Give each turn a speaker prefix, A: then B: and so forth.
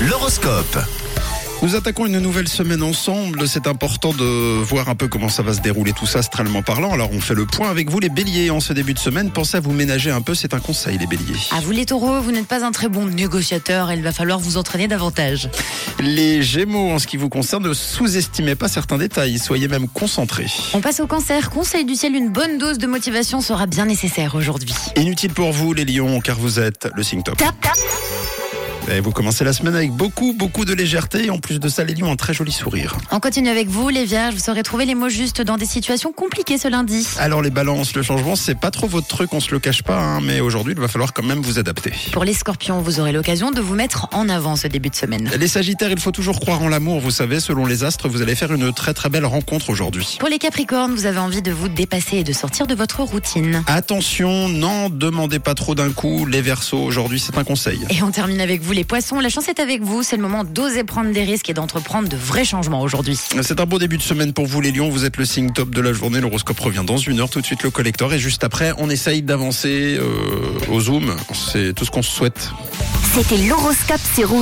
A: l'horoscope.
B: Nous attaquons une nouvelle semaine ensemble. C'est important de voir un peu comment ça va se dérouler tout ça, astralement parlant. Alors, on fait le point avec vous, les béliers. En ce début de semaine, pensez à vous ménager un peu. C'est un conseil, les béliers.
C: À vous les taureaux, vous n'êtes pas un très bon négociateur et il va falloir vous entraîner davantage.
B: Les gémeaux, en ce qui vous concerne, ne sous-estimez pas certains détails. Soyez même concentrés.
C: On passe au cancer. Conseil du ciel, une bonne dose de motivation sera bien nécessaire aujourd'hui.
B: Inutile pour vous, les lions, car vous êtes le signe top.
C: Tap, tap.
B: Et vous commencez la semaine avec beaucoup, beaucoup de légèreté. Et en plus de ça, les lions, un très joli sourire.
C: On continue avec vous, les vierges. Vous saurez trouver les mots justes dans des situations compliquées ce lundi.
B: Alors, les balances, le changement, c'est pas trop votre truc, on se le cache pas. hein, mais aujourd'hui, il va falloir quand même vous adapter.
C: Pour les scorpions, vous aurez l'occasion de vous mettre en avant ce début de semaine.
B: Les Sagittaires, il faut toujours croire en l'amour, vous savez, selon les astres, vous allez faire une très très belle rencontre aujourd'hui.
C: Pour les capricornes, vous avez envie de vous dépasser et de sortir de votre routine.
B: Attention, n'en demandez pas trop d'un coup, les Verseaux, aujourd'hui c'est un conseil.
C: Et on termine avec vous, les poissons. La chance est avec vous. C'est le moment d'oser prendre des risques et d'entreprendre de vrais changements aujourd'hui.
B: C'est un beau début de semaine pour vous les lions, vous êtes le signe top de la journée, l'horoscope revient dans une heure, tout de suite le collector et juste après on essaye d'avancer euh, au zoom, c'est tout ce qu'on se souhaite.
D: C'était l'horoscope sur Rouge.